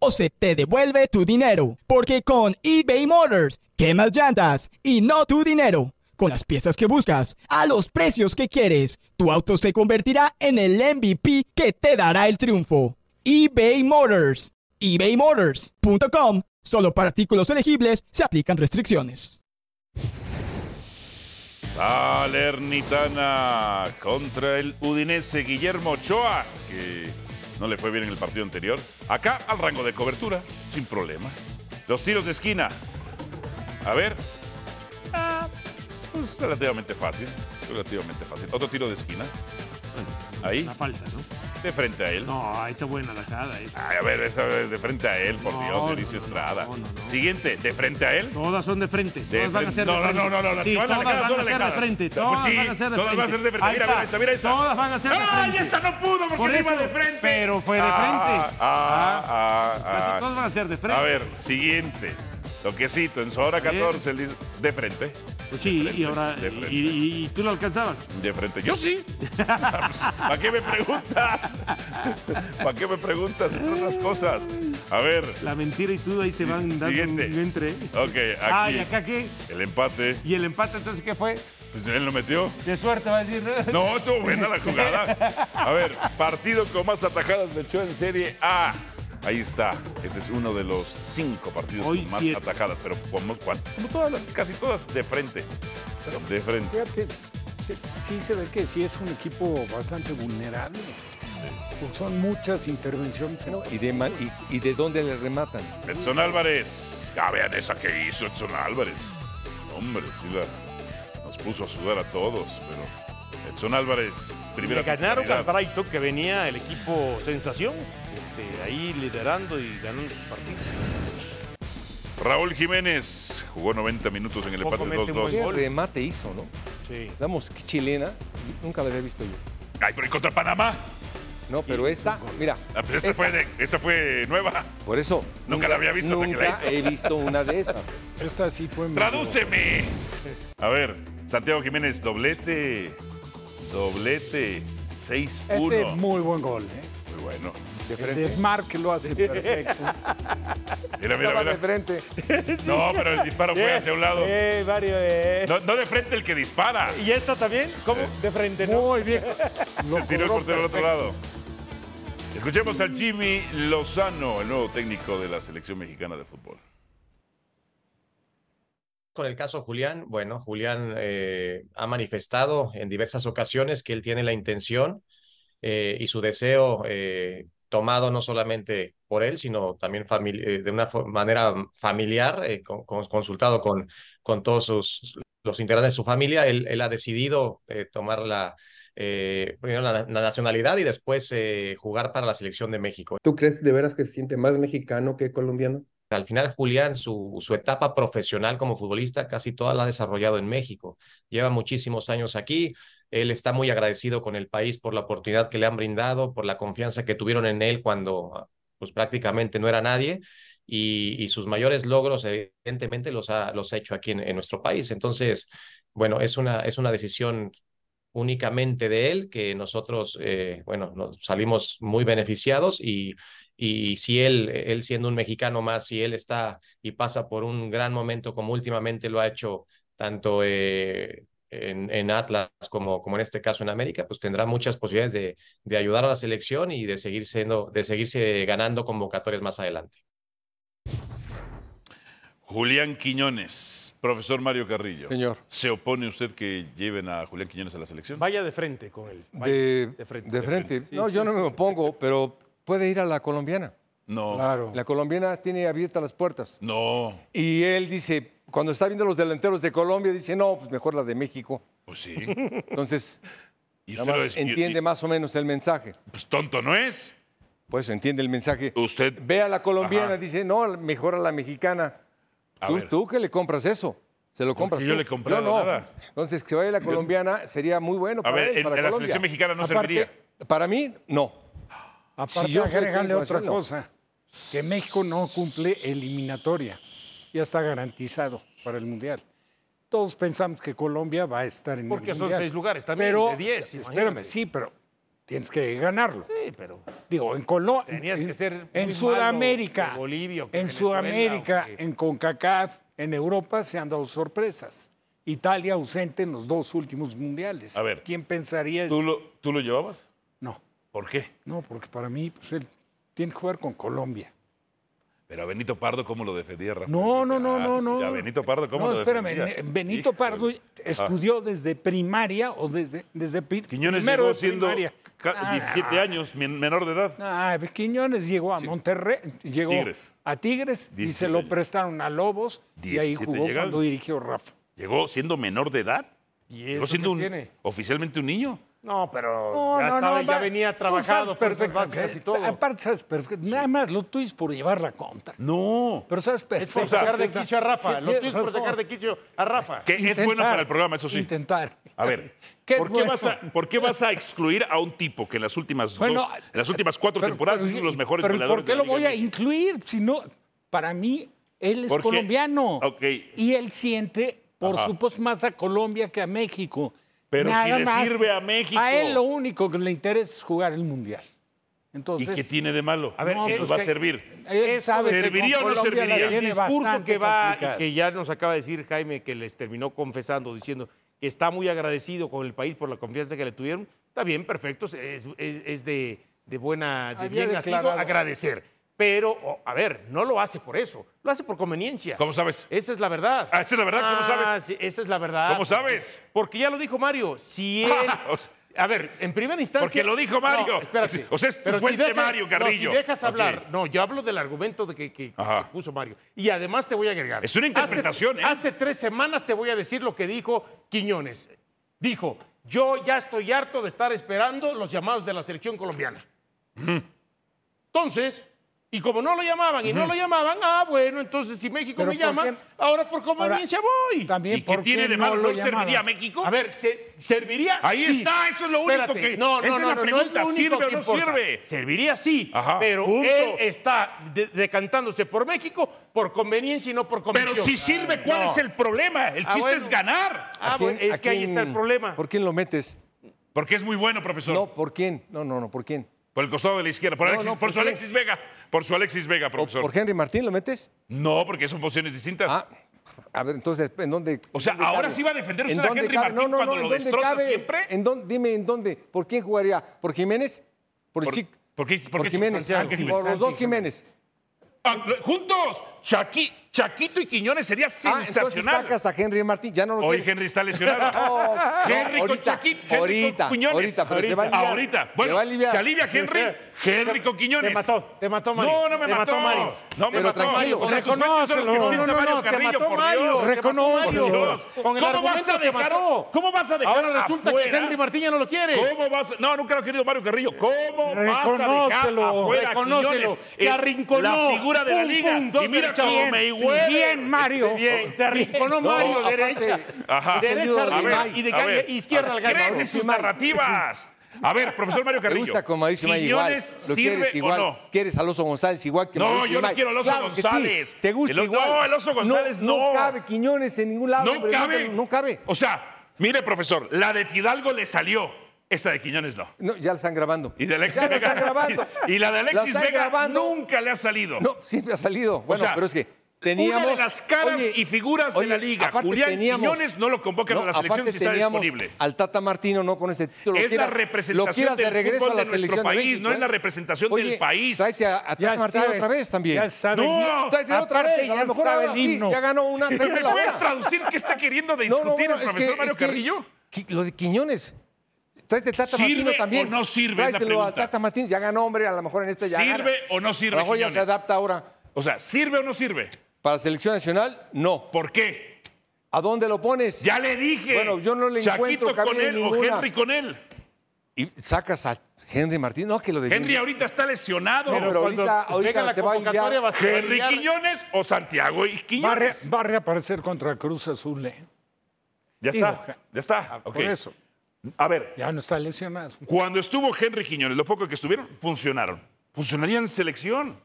o se te devuelve tu dinero. Porque con eBay Motors, quemas llantas y no tu dinero. Con las piezas que buscas, a los precios que quieres, tu auto se convertirá en el MVP que te dará el triunfo. eBay Motors. ebaymotors.com. Solo para artículos elegibles se aplican restricciones. Salernitana contra el Udinese Guillermo Ochoa, que no le fue bien en el partido anterior. Acá al rango de cobertura, sin problema. Los tiros de esquina. A ver. Ah, pues, relativamente fácil. Relativamente fácil. Otro tiro de esquina. Ahí, La falta, ¿no? de frente a él. No, esa buena la jada, esa. Ay, a ver, esa vez de frente a él, por No, Dios, no, Dionisio no, Estrada. no, no, no. Siguiente, de frente a él. Todas son de frente. Todas De van a frente. ser No, de no, frente. no, no, no, las Sí, que van todas alejadas van a son ser de alejadas. frente. Pues Todas sí, van a ser de todas frente. van a ser de frente. Ahí Mira, está. mira esta, mira esta. Todas van a ser de ¡Ay, frente. esta no pudo porque Por iba eso, de frente! Pero fue de frente. Ah, ah, Ah, ah, Casi ah. todas van a ser de frente. A ver, siguiente. Toquecito, en su hora Está bien. 14, él dice, de frente. Pues sí, de frente, y ahora. de y- frente. y- y tú lo alcanzabas. De frente. Yo sí. Ah, pues, ¿Para qué me preguntas? [laughs] ¿Para qué me preguntas otras cosas? [laughs] A ver, La mentira y tú ahí se van dando siguiente. un entre. ok, Ah, ¿y aquí. acá qué? El empate. Pues, ¿Y el empate entonces qué fue? Él lo metió. De suerte va a decir. No, estuvo buena la jugada. A ver, partido con más atajadas de Ochoa en Serie A. Ahí está. Este es uno de los cinco partidos Hoy con más siete. atajadas, pero como, cual- como todas, las- casi todas de frente. Pero de frente. Fíjate, sí- sí se ve que sí es un equipo bastante vulnerable. Pues son muchas intervenciones. en- ¿Y de, ma- y- y de dónde le rematan? Edson Álvarez. Ya vean esa que hizo Edson Álvarez. Hombre, sí la, nos puso a sudar a todos, pero Edson Álvarez, primera Le ganaron al oportunidad. Brighton, que venía el equipo sensación, este, ahí liderando y ganando sus partidos. Raúl Jiménez jugó 90 minutos en el Poco empate mete un buen 2-2. ¿Qué Gol. remate hizo, no? Sí. Damos que chilena, nunca la había visto yo. Ay, pero ¿y contra Panamá? No, pero esta, mira, Ah, pero esta, fue de- esta fue nueva. por eso. Nunca la había visto hasta que la Nunca hizo. he visto una de esas. Esta sí fue medio- ¡Tradúceme! A ver, Santiago Jiménez, doblete. Doblete. 6-1. Este es Este muy buen gol. ¿eh? Muy bueno. De El frente. desmarque lo [laughs] hace perfecto. Mira, mira, Estaba de mira. frente. No, pero el disparo fue hacia un lado. Eh, Mario, eh. No, no de frente el que dispara. ¿Y esta también? ¿Cómo? De frente, ¿no? Muy [laughs] bien. Se tiró el portero al otro lado. Escuchemos al Jimmy Lozano, el nuevo técnico de la selección mexicana de fútbol. Con el caso Julián, bueno, Julián eh, ha manifestado en diversas ocasiones que él tiene la intención eh, y su deseo eh, tomado no solamente por él, sino también famili- eh, de una fo- manera familiar, eh, con- con- consultado con, con todos sus, los integrantes de su familia. Él, él ha decidido eh, tomar la, eh, primero la, la nacionalidad y después eh, jugar para la selección de México. ¿Tú crees de veras que se siente más mexicano que colombiano? Al final, Julián, su, su etapa profesional como futbolista casi toda la ha desarrollado en México. Lleva muchísimos años aquí. Él está muy agradecido con el país por la oportunidad que le han brindado, por la confianza que tuvieron en él cuando pues, prácticamente no era nadie. Y, y sus mayores logros, evidentemente, los ha, los ha hecho aquí en, en nuestro país. Entonces, bueno, es una, es una decisión únicamente de él que nosotros, eh, bueno, nos salimos muy beneficiados y y si él, él siendo un mexicano más, si él está y pasa por un gran momento como últimamente lo ha hecho tanto eh, en, en Atlas como, como en este caso en América, pues tendrá muchas posibilidades de, de ayudar a la selección y de seguir siendo, de seguirse ganando convocatorias más adelante. Julián Quiñones, profesor Mario Carrillo. Señor. ¿Se opone usted que lleven a Julián Quiñones a la selección? Vaya de frente con él. Vaya. De, de frente. de frente. Sí, No, sí, yo no sí, me de opongo, pero puede ir a la colombiana. No. Claro. La colombiana tiene abiertas las puertas. No. Y él dice, cuando está viendo los delanteros de Colombia, dice, no, pues mejor la de México. Pues sí. [laughs] Entonces, Y nada usted lo más es- y- entiende y- más o menos el mensaje. Pues tonto no es. Por eso entiende el mensaje. Usted. Ve a la colombiana, Ajá. dice, no, mejor a la mexicana. A ¿Tú, ver. tú que le compras eso. Se lo Porque compras yo tú. le he comprado nada. Entonces, que vaya la colombiana sería muy bueno A para ver, él, en, para en la Colombia. selección mexicana no Aparte- serviría. Para mí, no. Aparte, Si yo soy agregarle técnico, otra hacerlo. cosa, que México no cumple eliminatoria, ya está garantizado para el Mundial. Todos pensamos que Colombia va a estar en Porque el son Mundial. seis lugares también, pero, de diez, Espérame, imagínate. sí, pero tienes que ganarlo. Sí, pero Digo, en Colombia. Tenías que ser muy En malo Sudamérica. que Bolivia o que en Venezuela Sudamérica, o que- en CONCACAF, en Europa se han dado sorpresas. Italia ausente en los dos últimos mundiales. A ver, ¿Quién pensaría ¿Tú eso? lo, ¿Tú lo llevabas? No, ¿Por qué? no, porque para mí pues, él tiene que jugar con Colombia. Pero a Benito Pardo, ¿cómo lo defendía, Rafael? No, no, no, Ah, no, no. A Benito Pardo, ¿cómo No, lo espérame. defendía? Ne- Benito Híjole. Pardo estudió desde primaria o desde, desde pi- Quiñones primero llegó de siendo primaria. ca- Ah, 17 años, men- menor de edad. Ah, Quiñones llegó a Monterrey, llegó Tigres. a Tigres y se 17 lo años. prestaron a Lobos y ahí 17 jugó llegaron. cuando dirigió Rafa. Llegó siendo menor de edad. ¿Y Llegó eso siendo qué un- tiene? oficialmente un niño. No, pero No, ya, no, estaba- no, ya va- venía tú trabajado sabes fuerzas perfecto, básicas y todo. Aparte sabes perfecto, nada más lo tuyo por llevar la contra. No. Pero sabes perfecto. Por sacar de que- quicio a Rafa. que- Lo tuyo es por razón. sacar de quicio a Rafa. Que es bueno Intentar, para el programa, eso sí. Intentar. A [laughs] ver, Qué ¿por qué, bueno. vas a, por qué vas a excluir a un tipo que en las últimas, Bueno, dos- en las últimas cuatro Pero- temporadas es pero- uno de los mejores pero goleadores ¿Por qué de la lo Liga voy a MX? incluir? Si no, para mí, él es Porque- colombiano. Ok. Y él siente, por Ajá. supuesto, más a Colombia que a México. Pero si le sirve a México. A él lo único que le interesa es jugar el Mundial. ¿Y Entonces, pues qué tiene de malo? A ver, ¿Qué eh, nos va a que- servir? él Eso sabe que ¿serviría con o no Colombia la serviría? el tiene discurso bastante que va, complicada. que ya nos acaba de decir Jaime, que les terminó confesando, diciendo que está muy agradecido con el país por la confianza que le tuvieron, está bien, perfecto, es, es- es de, de buena, de Había bien nacido declarado. agradecer. Pero, o- a ver, no lo hace por eso, lo hace por conveniencia. ¿Cómo sabes? Esa es la verdad. Ah, esa es la verdad, ¿cómo Ah, sabes? sí, esa es la verdad. ¿Cómo sabes? [laughs] Porque ya lo dijo Mario, si él... O sea, A ver, en primera instancia. Porque lo dijo Mario. No, espérate. O sea, este es tu Pero si fuente deja- Mario no, Carrillo. si dejas Ok. hablar. No, yo hablo del argumento de que, que- que Ajá. puso Mario. Y además te voy a agregar. Es una interpretación, hace, ¿eh? Hace tres semanas te voy a decir lo que dijo Quiñones. Dijo: Yo ya estoy harto de estar esperando los llamados de la selección colombiana. Entonces. Y como no lo llamaban y no lo llamaban, ah, bueno, entonces si México Pero me ¿por llama, qué? ahora por conveniencia voy. También ¿Y qué tiene de malo? lo ¿No serviría a llamaban? México? A ver, ¿se- ¿serviría? Ahí Sí. está, eso es lo único Espérate, que- No, esa no, es no, la no, no pregunta, lo único ¿sirve o que no importa. sirve? Serviría sí, Ajá, pero punto. él está de- decantándose por México por conveniencia y no por convicción. Pero si sirve, ¿cuál No. es el problema? El Ah, chiste bueno. es ganar. Ah, ¿A quién- bueno, es a que ahí quién- está el problema. ¿Por quién lo metes? Porque es muy bueno, profesor. No, ¿por quién? No, no, no, ¿por quién? Por el costado de la izquierda. Por, No, Alexis- no, por ¿por su qué? Alexis Vega. Por su Alexis Vega, ¿O profesor. ¿Por Henry Martín lo metes? No, porque son posiciones distintas. Ah, a ver, entonces, ¿en dónde? O sea, en dónde ¿ahora cabe? sí va a defender ¿En usted a dónde Henry cabe? Martín cuando lo ¿en dónde destroza siempre? ¿En dónde- dime, ¿en dónde? ¿Por quién jugaría? ¿Por Jiménez? ¿Por, el Por- Chico? ¿por qué- por qué Chico Jiménez? Santiago? Por los dos Jiménez. Ah, lo- juntos, Chaqui- Chaquito y Quiñones sería Ah, entonces sensacional. sacas a Henry Martín, ya no lo Hoy tienes. Henry está lesionado. Oh, [laughs] no, Henry con ahorita, Chaquito, Henry con ahorita, Quiñones. ahorita, pero se va a aliviar. Ahorita. Se Bueno, va a se, aliviar. alivia [laughs] Henry. Henry con Quiñones. Te mató, te mató Mario. No, no me Te mató, Mario. No me Pero mató. tranquilo, O sea, sus reconócelo. mentes son los que No, piensa no, no, Mario no, te Carrillo, mató por Mario, Dios. te mató Mario. Por Dios. Con el ¿Cómo vas argumento a te dejar? mató. ¿Cómo vas a dejar Ahora resulta que afuera? Henry Martín ya no lo quieres. ¿Cómo vas? a- No, nunca lo ha querido Mario Carrillo. ¿Cómo vas a dejar Reconócelo. afuera a Reconócelo. Quiñones? Te Eh, arrinconó. La figura de la Pum, liga. pum, dos y mira derechas. cómo Bien, me sí, Este bien, Mario. Bien, te arrinconó Mario, aparte- derecha. Ajá. Derecha A arriba ver, y de a calle ver. izquierda al gallo. Créete sus narrativas. A ver, profesor [laughs] Mario Me Carrillo. gusta con Mauricio May igual. ¿Quiñones Lo sirve quieres igual. o no? Quieres al Oso González igual que No, Mauricio yo no Imay. quiero al Oso Claro que sí. González. Te gusta El o- igual. no, el Oso González no. cabe Quiñones en ningún lado. No hombre, cabe. No cabe. O sea, mire, profesor, la de Fidalgo le salió. Esa de Quiñones no. No, ya la están grabando. Y de Alexis ya la Vega. están grabando. [laughs] Y, y la de La Alexis están Vega grabando. nunca le ha salido. No, siempre ha salido. Bueno, sea, pero es que teníamos. Una de las caras Oye, y figuras oye, de la liga. aparte Julián teníamos- Quiñones no lo convocan a la aparte selección si está teníamos disponible. Al Tata Martino no con este título. Lo Es la quieras- representación lo quieras de del regreso fútbol a la de nuestro selección de país, México, no es ¿eh? la representación Oye, del país. Tráete a, a Tata Martino sabe, otra vez también. Ya sabe. No, Tráete otra aparte vez. A ya lo mejor sabe ahora el sí, himno. ya ganó [laughs] una. ¿No tráete te la puedes otra. traducir qué está queriendo de No, no, discutir bueno, el es profesor que- Mario es que- Carrillo? qui- Lo de Quiñones. Tráete Tata ¿Sirve Martino o también. no sirve? Es la Tráetelo a pregunta. Tata Martino. Ya ganó, hombre, a lo mejor en este ya gana. ¿Sirve o no A sirve lo mejor ya se Quiñones? adapta ahora. O sea, ¿sirve o no sirve? Para la selección nacional, no. ¿Por qué? ¿A dónde lo pones? Ya le dije. Bueno, yo no le Chaquito encuentro con cabida él o ninguna. Henry con él. Y sacas a Henry Martín. No, que lo de Henry ahorita está lesionado. No, pero cuando ahorita, ahorita venga la se va a convocatoria aliviar. va a ser Henry aliviar. Quiñones o Santiago y Va a, re- Quiñones. va a reaparecer contra Cruz Azul, ¿eh? Ya Digo, está, ya Ah, está. ok. Por eso. A ver, Ya no está lesionado. cuando estuvo Henry Quiñones, lo poco que estuvieron, funcionaron. Funcionarían en selección.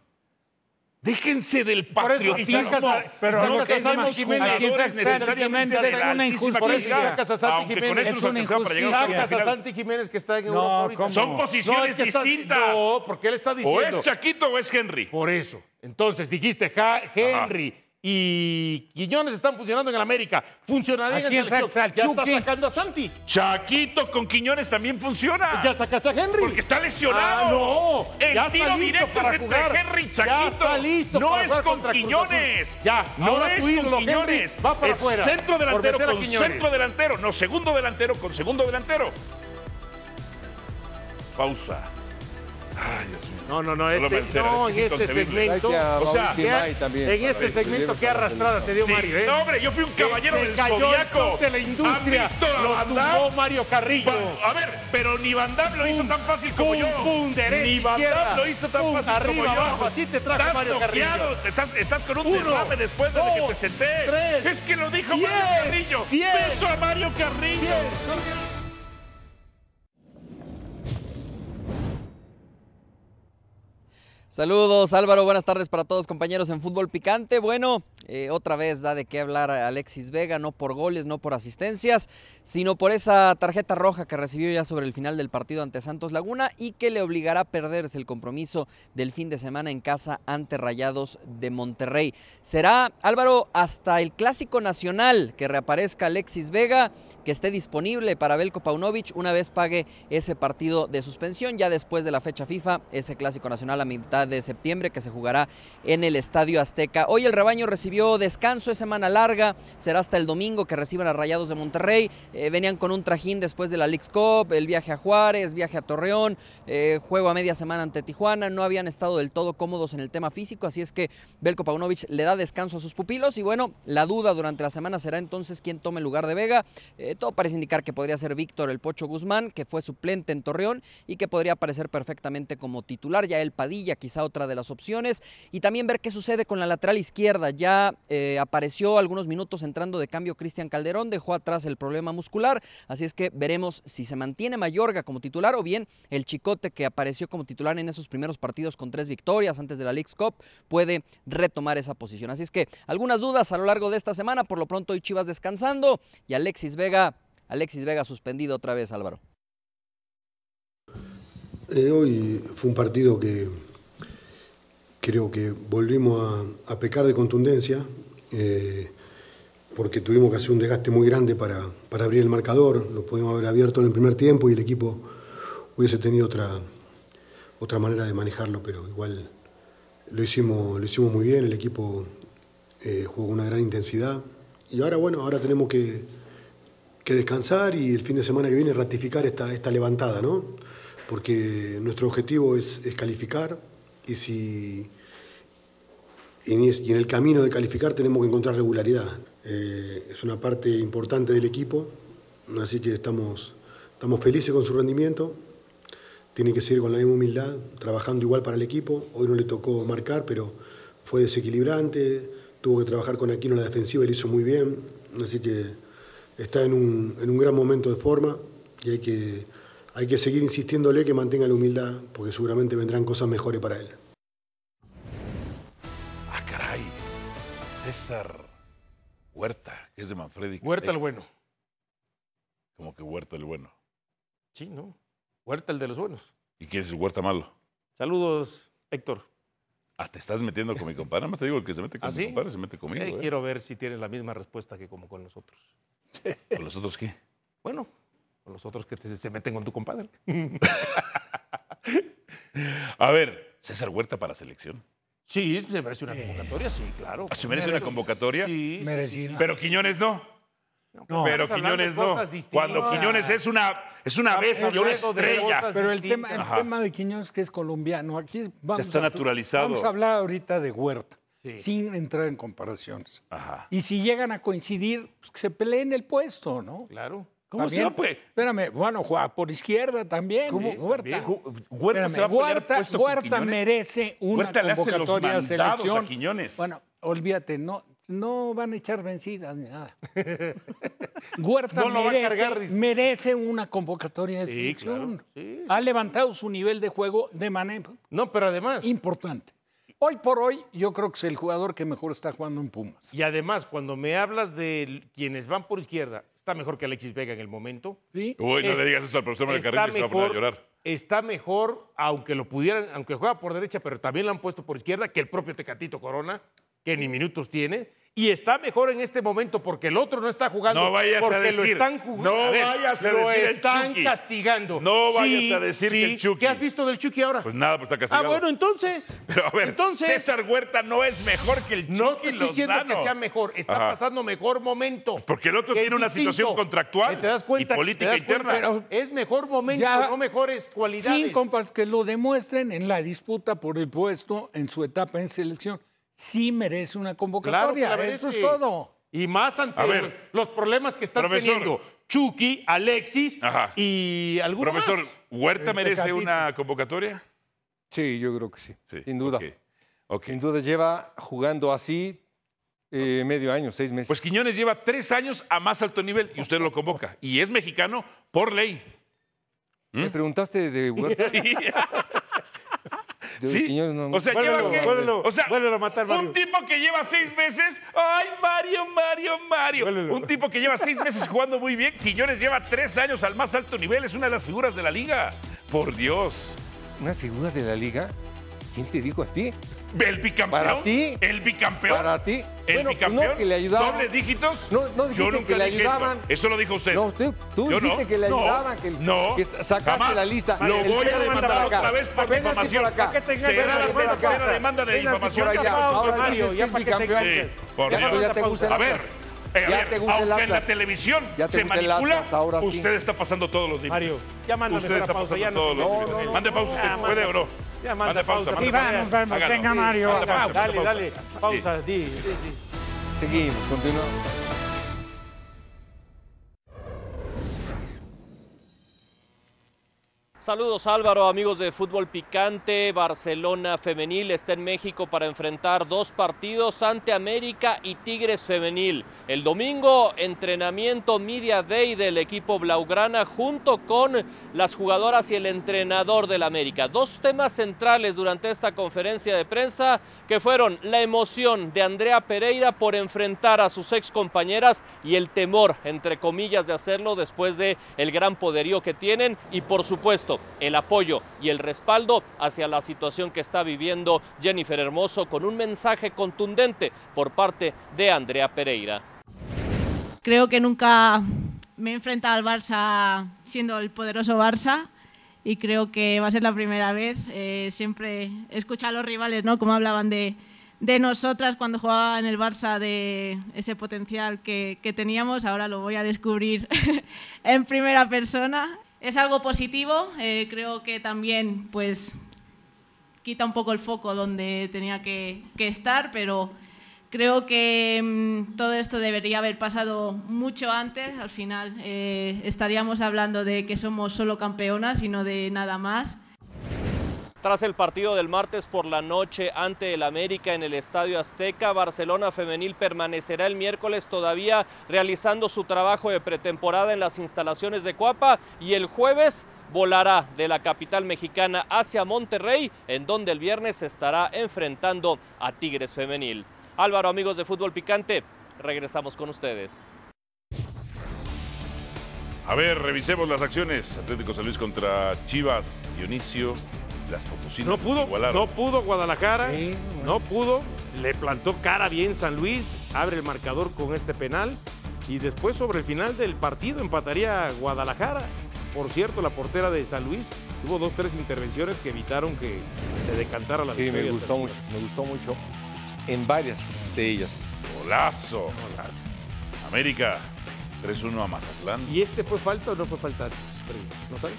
Déjense del Por eso, y patriotismo. sacas a- pero sacas lo a que Simon llaman Jiménez. jugadores jugadores necesariamente necesariamente es de la una altísima injusticia. Por eso calidad, sacas a Santi aunque con Jiménez, eso nos es una alcanzaba para llegar a la Sacas a final. Santi Jiménez que está en No, Europa ahorita. ¿cómo? Son No, posiciones es que estás- distintas. No, porque él está o diciendo. es Chaquito o es Henry. Por eso. Entonces dijiste, Ja- Henry y Quiñones están funcionando en el América. ¿A Funcionarían en quién selección. sacas al Ya estás Chucky? sacando a Santi. Chaquito con Quiñones también funciona. Ya sacaste a Henry. Porque está lesionado. Ah, no. El ya está tiro listo directo para es entre jugar. Henry y Ya Chaquito. está listo no para es jugar con contra Cruz Quiñones. Azul. Ya. No Ahora es tu ídolo, con Quiñones. Henry, va para es afuera centro por delantero meter a con Quiñones. centro delantero. No, segundo delantero con segundo delantero. Pausa. No, no, no. lo Este, pensé, no, es en que es este inconcebible. segmento. Tráete a O sea, Mauricio ¿qué ha- Imay también en para este que lo segmento, lleves qué a la selección. arrastrada te dio Sí, Mario, ¿eh? No, hombre, yo fui un caballero Se del cayó el zodiaco. top de la industria. ¿Han visto a Lo Van Damme? tumbó Mario Carrillo. Va- A ver, pero ni Van Damme lo hizo tan fácil como pum, yo. pum, derecha, ni Van izquierda, Damme lo hizo tan pum, fácil como arriba, yo. abajo, así te trajo estás Mario noqueado, Carrillo. Estás, estás con un Uno, derrame después de que te dos, senté. tres, es que lo dijo diez, Mario Carrillo. diez, Beso a Mario Carrillo. Saludos Álvaro, buenas tardes para todos compañeros en Fútbol Picante. Bueno, eh, otra vez da de qué hablar a Alexis Vega, no por goles, no por asistencias, sino por esa tarjeta roja que recibió ya sobre el final del partido ante Santos Laguna y que le obligará a perderse el compromiso del fin de semana en casa ante Rayados de Monterrey. Será Álvaro hasta el Clásico Nacional que reaparezca Alexis Vega, que que esté disponible para Belko Paunovic una vez pague ese partido de suspensión, ya después de la fecha FIFA, ese clásico nacional a mitad de septiembre que se jugará en el Estadio Azteca. Hoy el rebaño recibió descanso, es semana larga, será hasta el domingo que reciban a Rayados de Monterrey. Eh, venían con un trajín después de la Leagues Cup, el viaje a Juárez, viaje a Torreón, eh, juego a media semana ante Tijuana, no habían estado del todo cómodos en el tema físico, así es que Belko Paunovic le da descanso a sus pupilos y bueno, la duda durante la semana será entonces quién tome el lugar de Vega. Eh, todo parece indicar que podría ser Víctor el Pocho Guzmán, que fue suplente en Torreón y que podría aparecer perfectamente como titular, ya el Padilla, quizá otra de las opciones, y también ver qué sucede con la lateral izquierda. Ya eh, apareció algunos minutos entrando de cambio Cristian Calderón, dejó atrás el problema muscular, así es que veremos si se mantiene Mayorga como titular o bien el Chicote que apareció como titular en esos primeros partidos con tres victorias antes de la League's Cup puede retomar esa posición. Así es que algunas dudas a lo largo de esta semana, por lo pronto hoy Chivas descansando y Alexis Vega, Alexis Vega suspendido otra vez, Álvaro. Eh, hoy fue un partido que creo que volvimos a, a pecar de contundencia, eh, porque tuvimos que hacer un desgaste muy grande para, para abrir el marcador, lo pudimos haber abierto en el primer tiempo y el equipo hubiese tenido otra, otra manera de manejarlo, pero igual lo hicimos, lo hicimos muy bien, el equipo eh, jugó con una gran intensidad y ahora bueno, ahora tenemos que, que descansar y el fin de semana que viene ratificar esta, esta levantada, ¿no? porque nuestro objetivo es, es calificar y si y en, es- y en el camino de calificar tenemos que encontrar regularidad. Eh, es una parte importante del equipo, así que estamos, estamos felices con su rendimiento. Tiene que seguir con la misma humildad, trabajando igual para el equipo. Hoy no le tocó marcar, pero fue desequilibrante. Tuvo que trabajar con Aquino en la defensiva y lo hizo muy bien. Así que está en un, en un gran momento de forma y hay que, hay que seguir insistiéndole que mantenga la humildad, porque seguramente vendrán cosas mejores para él. Ah, caray. César Huerta, que es de Manfredi. Huerta el bueno. Como que Huerta el bueno. Sí, ¿no? Huerta el de los buenos. ¿Y quién es el Huerta malo? Saludos, Héctor. Ah, te estás metiendo con mi compadre. Nada más te digo, el que se mete con ¿Ah, mi sí? compadre se mete conmigo. Eh, ¿eh? Quiero ver si tienes la misma respuesta que como [laughs] con nosotros. ¿Con los otros qué? Bueno, con los otros que te- se meten con [laughs] tu compadre. A ver, César Huerta para selección. Sí, se merece una convocatoria, sí, claro. Ah, ¿Se merece una convocatoria? Sí, Merecida. Pero Quiñones no. No, pero estamos hablando de Quiñones no. cosas distintas. Cuando Quiñones es una, es una Estamos bestia, una hablando Ah, de estrella. cosas Pero el tema, el Ajá. tema de Quiñones que es colombiano, aquí vamos está a- naturalizado. Vamos a hablar ahorita de Huerta, Sí. sin entrar en comparaciones. Ajá. Y si llegan a coincidir, pues, que se peleen el puesto, ¿no? Claro. ¿Cómo ¿Está se bien? va, pues? Espérame, bueno, juega por izquierda también. ¿Cómo? ¿eh? Huerta. Ju- Huerta Espérame, se va a pelear Huerta, puesto con Huerta Quiñones. merece una Huerta le hace los convocatoria a mandados selección. a Quiñones. Bueno, olvídate, no, no van a echar vencidas ni nada. [laughs] Huerta No lo va a merece, cargar, dice. merece una convocatoria de Sí, selección. claro. Sí, Ha levantado su nivel de juego de manera No, pero además, importante. Hoy por hoy, yo creo que es el jugador que mejor está jugando en Pumas. y además, cuando me hablas de l- quienes van por izquierda, está mejor que Alexis Vega en el momento. ¿sí? Uy, no Es- le digas eso al profesor Mario está Carrillo, que se va a poner a mejor- llorar. Está mejor, aunque lo pudieran, aunque juega por derecha, pero también lo han puesto por izquierda, que el propio Tecatito Corona, que ni minutos tiene. Y está mejor en este momento porque el otro no está jugando. No vayas a porque lo decir, están jugando. no vayas a lo decir el están Chucky. castigando. No vayas a decir que el Chucky. ¿Qué has visto del Chucky ahora? Pues nada, pues está ah, castigado. bueno, entonces. [laughs] Pero a ver, entonces- César Huerta no es mejor que el Chucky No te estoy diciendo Lozano. que sea mejor, está Ajá. pasando mejor momento. Porque el otro que es tiene una distinto. situación contractual Que te das cuenta, y política te das cuenta, interna. pero es mejor momento, Ya- no mejores cualidades. Sin compas- que lo demuestren en la disputa por el puesto en su etapa en selección. Sí merece una Claro que convocatoria. la Eso es merece. todo. Y más ante A ver, los problemas que están profesor. teniendo Chucky, Alexis Ajá. y algunos Profesor, ¿Huerta Este, El merece Tecatito. una convocatoria? Sí, yo creo que sí. Sí, sin duda. ok, ok. Sin duda lleva jugando así eh, medio año, seis meses. Pues Quiñones lleva tres años a más alto nivel y usted lo convoca. Y es mexicano por ley. ¿Me preguntaste de Huerta? ¿Mm? [laughs] Sí. De Sí. Quiñones, no, no. O sea, Vuélvelo, lleva que- vuélvelo, o sea, vuélvelo a matar, Mario. un tipo que lleva seis meses. ¡Ay, Mario, Mario, Mario! Vuélvelo. Un tipo que lleva seis meses jugando muy bien. Quiñones lleva tres años al más alto nivel. Es una de las figuras de la liga. Por Dios. una figura de la liga. ¿Quién te dijo a ti? ¿El bicampeón? ¿Para ti? ¿El bicampeón? ¿Para ti? pues ¿El Bueno, bicampeón? no, que le ayudaban. ¿Doble dígitos? No, no dijiste Yo nunca que le dije eso. ayudaban. Eso. lo dijo usted. No, usted, tú Yo dijiste no. que le No. ayudaban, que, No. que sacaste Jamás. la lista. Lo El voy a Pedro demandar para acá. otra vez por Véngase difamación. por acá. Que tenga Será la Véngase por tercera acá. demanda de Véngase difamación. por allá. Ya pausa, Ahora Mario, dices ya que para es que te bicampeón. enganches. Ya, Por pero Dios. ya te gusta el A ver, Atlas. eh, a Ya ver, te gusta el aunque en la Atlas. televisión Ya te se gusta el manipula, Atlas, ahora sí. usted está pasando todos los días. Mario, ya mándame Usted para está pausa, pasando ya no todos te- los no, límites. no, no. Mande pausa Ya, usted, manda- ¿puede o no? Ya manda pausa. mande Sí, vamos, vamos, Hágalo. venga, Mario. Mande pausa, mande Dale, pausa. dale. Sí. Pausa, di, di, di. Seguimos, continuamos. Saludos Álvaro, amigos de Fútbol Picante. Barcelona Femenil está en México para enfrentar dos partidos ante América y Tigres Femenil. El domingo, entrenamiento Media Day del equipo Blaugrana junto con las jugadoras y el entrenador del América. Dos temas centrales durante esta conferencia de prensa que fueron la emoción de Andrea Pereira por enfrentar a sus excompañeras y el temor, entre comillas, de hacerlo después de el gran poderío que tienen y por supuesto el apoyo y el respaldo hacia la situación que está viviendo Jennifer Hermoso con un mensaje contundente por parte de Andrea Pereira. Creo que nunca me he enfrentado al Barça siendo el poderoso Barça y creo que va a ser la primera vez. Eh, siempre escucha a los rivales, ¿no? Cómo hablaban de, de nosotras cuando jugaba en el Barça, de ese potencial que, que teníamos. Ahora lo voy a descubrir [laughs] en primera persona. Es algo positivo. eh, creo que también, pues, quita un poco el foco donde tenía que, que estar, pero creo que mm, todo esto debería haber pasado mucho antes. Al final eh, estaríamos hablando de que somos solo campeonas y no de nada más. Tras el partido del martes por la noche ante el América en el Estadio Azteca, Barcelona Femenil permanecerá el miércoles todavía realizando su trabajo de pretemporada en las instalaciones de Cuapa y el jueves volará de la capital mexicana hacia Monterrey, en donde el viernes se estará enfrentando a Tigres Femenil. Álvaro, amigos de Fútbol Picante, regresamos con ustedes. A ver, revisemos las acciones. Atlético San Luis contra Chivas, Dionisio, las potosinas. No pudo, igualaron. no pudo Guadalajara, no pudo. Le plantó cara bien San Luis, abre el marcador con este penal y después sobre el final del partido empataría Guadalajara. Por cierto, la portera de San Luis tuvo dos, tres intervenciones que evitaron que se decantara la Sí, victoria. me hasta gustó mucho, Chivas. me gustó mucho. En varias de ellas. Golazo. Golazo. América, 3-1 a Mazatlán. ¿Y este fue falta o no fue falta antes? Primo? ¿No sabes?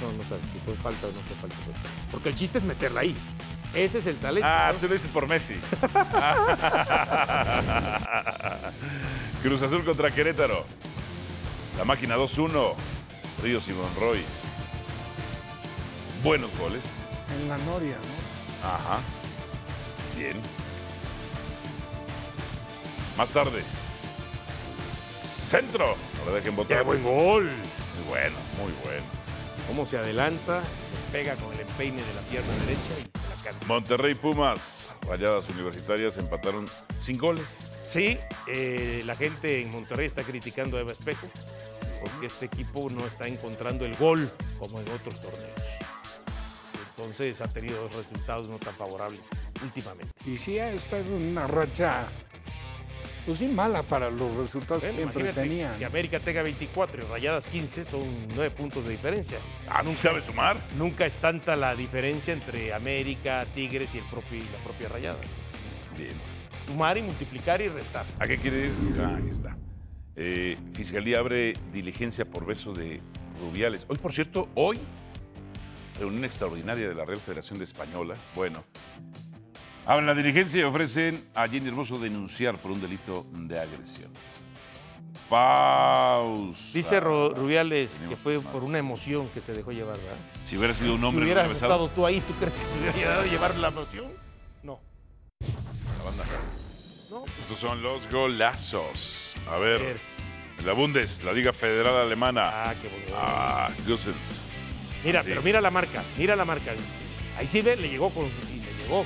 No, no sabes si fue falta o no fue falta. Porque el chiste es meterla ahí. Ese es el talento. Ah, tú lo dices por Messi. [laughs] Cruz Azul contra Querétaro. La máquina 2-1. Ríos y Monroy. Buenos goles. En la Noria, ¿no? Ajá. Bien. Más tarde. Centro. No la dejen botar. ¡Qué buen gol! Muy bueno, muy bueno. ¿Cómo se adelanta? Le [laughs] pega con el empeine de la pierna derecha y se la canta. Monterrey Pumas. Rayadas universitarias empataron sin goles. Sí, eh, la gente en Monterrey está criticando a Eva Espejo porque este equipo no está encontrando el gol como en otros torneos. Entonces ha tenido dos resultados no tan favorables últimamente. Y sí ha estado en una racha, pues sí, mala para los resultados Bueno, que siempre imagínate tenía. que América tenga 24 y Rayadas 15 son 9 puntos de diferencia. Ah, ¿sí sabe sumar? Nunca es tanta la diferencia entre América, Tigres y, el propio, y la propia Rayada. Bien. Sumar y multiplicar y restar. ¿A qué quiere ir? Ah, aquí está. Eh, Fiscalía abre diligencia por beso de Rubiales. Hoy, por cierto, hoy, reunión extraordinaria de la Real Federación de Española. Bueno, abren la diligencia y ofrecen a Jenny Hermoso denunciar por un delito de agresión. Pausa. Dice Ah, Ro- Rubiales que fue por una emoción que se dejó llevar, ¿verdad? Si hubiera sido un hombre, Si lo hubieras hubiera besado. estado tú ahí, ¿tú crees que se hubiera dado a llevar la emoción? No. La banda. Estos son los golazos. A ver. La Bundes, la Liga Federal Alemana. Ah, qué bonito. Ah, Gusens. Mira, Sí. pero mira la marca, mira la marca. Ahí sí ve, le llegó con. Y le llegó.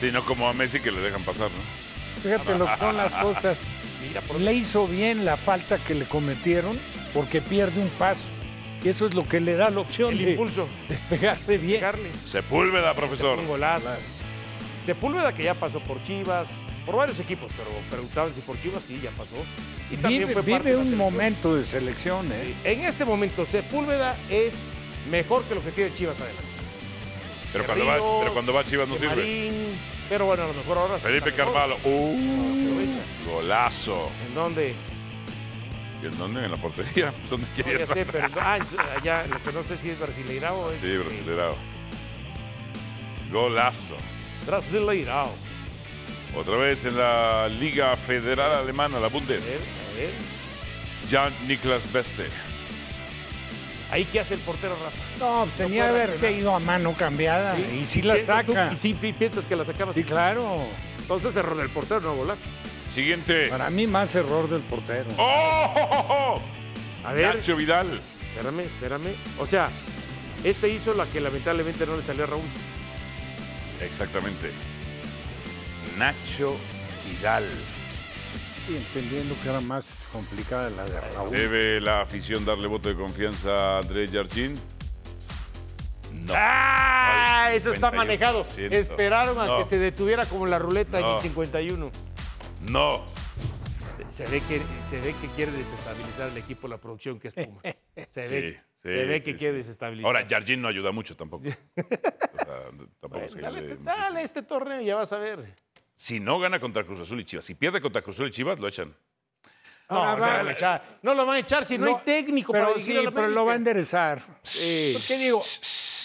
Sí, no como a Messi que le dejan pasar, ¿no? Fíjate lo que son las cosas. Mira, Le hizo bien la falta que le cometieron porque pierde un paso. Y eso es lo que le da la opción El de, impulso. [laughs] de pegarse bien. Sepúlveda, profesor. Este Un golazo. Sepúlveda que ya pasó por Chivas, por varios equipos, pero preguntaban si por Chivas sí, ya pasó. Y también vive fue vive parte de la un selección. momento de selección, ¿eh? En este momento, Sepúlveda es mejor que lo que tiene Chivas adelante. Pero cuando, va, Garrido, pero cuando va Chivas no que sirve. Marín, pero bueno, a lo mejor ahora sí Felipe está mejor. Carvalho. Uh, Aprovecha. golazo. [laughs] ¿En dónde? ¿Y en dónde? En la portería. [laughs] ¿Dónde No, ya querías? sé, pero no- ah, allá, lo que no sé si es brasileirao o es Sí, brasileirao. Golazo. brasileirao. Otra vez en la Liga Federal Alemana, la Bundes. A ver, Jan Niklas Beste. ahí qué hace el portero Rafa. No, tenía que puede haber reaccionar. ido a mano cambiada. Y sí la ¿Piensas tú? saca. Y sí, pi- piensas que la sacaba. Sí, así. claro. Entonces error del portero, no golazo. Siguiente. Para mí más error del portero. ¡Oh! oh, oh, [laughs] A ver. Nacho Vidal. Espérame, espérame. O sea, este hizo la que lamentablemente no le salió a Raúl. oh. Exactamente. Nacho Vidal. Y entendiendo que era más complicada la de Raúl. ¿Debe la afición darle voto de confianza a Andrés Jardín? No. Ah, eso está 51%. manejado. Esperaron a No. que se detuviera como la ruleta en No. el 51. No. Se ve, que, se ve que quiere desestabilizar el equipo, la producción que es Puma. Se ve, Sí, se sí, ve sí, que sí. quiere desestabilizar. Ahora, Jardín no ayuda mucho tampoco. O sea, tampoco Bueno, es que le dale, dé mucho. dale este torneo y ya vas a ver. Si no gana contra Cruz Azul y Chivas, si pierde contra Cruz Azul y Chivas, lo echan. No, Ahora no va- lo van a echar. No lo van a echar si no, hay técnico pero para sí, dirigir a la pero lo va a América. enderezar. Porque digo,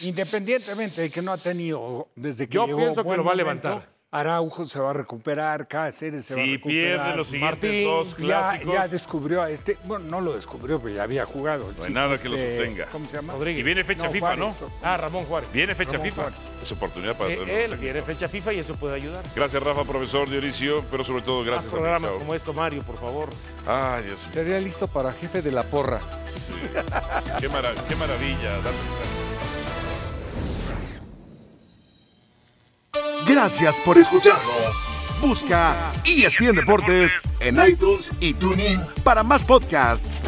independientemente de que no ha tenido desde que Yo llegó pienso que buen lo va a momento, levantar. Araujo se va a recuperar, Cáceres se va a Si recuperar. pierde los siguientes Martín dos ya- clásicos. Ya, descubrió a este, bueno, no lo descubrió, pero ya había jugado. Este, No hay nada que lo sostenga. ¿Cómo se llama? Rodríguez. Y viene fecha No, FIFA, ¿no? Juárez. Ah, Ramón Juárez. Viene fecha Ramón FIFA. Juárez. Es oportunidad para Eh, tener un él técnico. viene fecha FIFA y eso puede ayudar. Gracias, Rafa, profesor Dionisio, pero sobre todo Más gracias a programas Michao. como esto, Mario, por favor. Ay, Dios mío. Sería listo para jefe de la porra. sí. qué, mara- qué maravilla. darles- Gracias por escucharnos. E Busca ESPN Deportes en iTunes y TuneIn para más podcasts.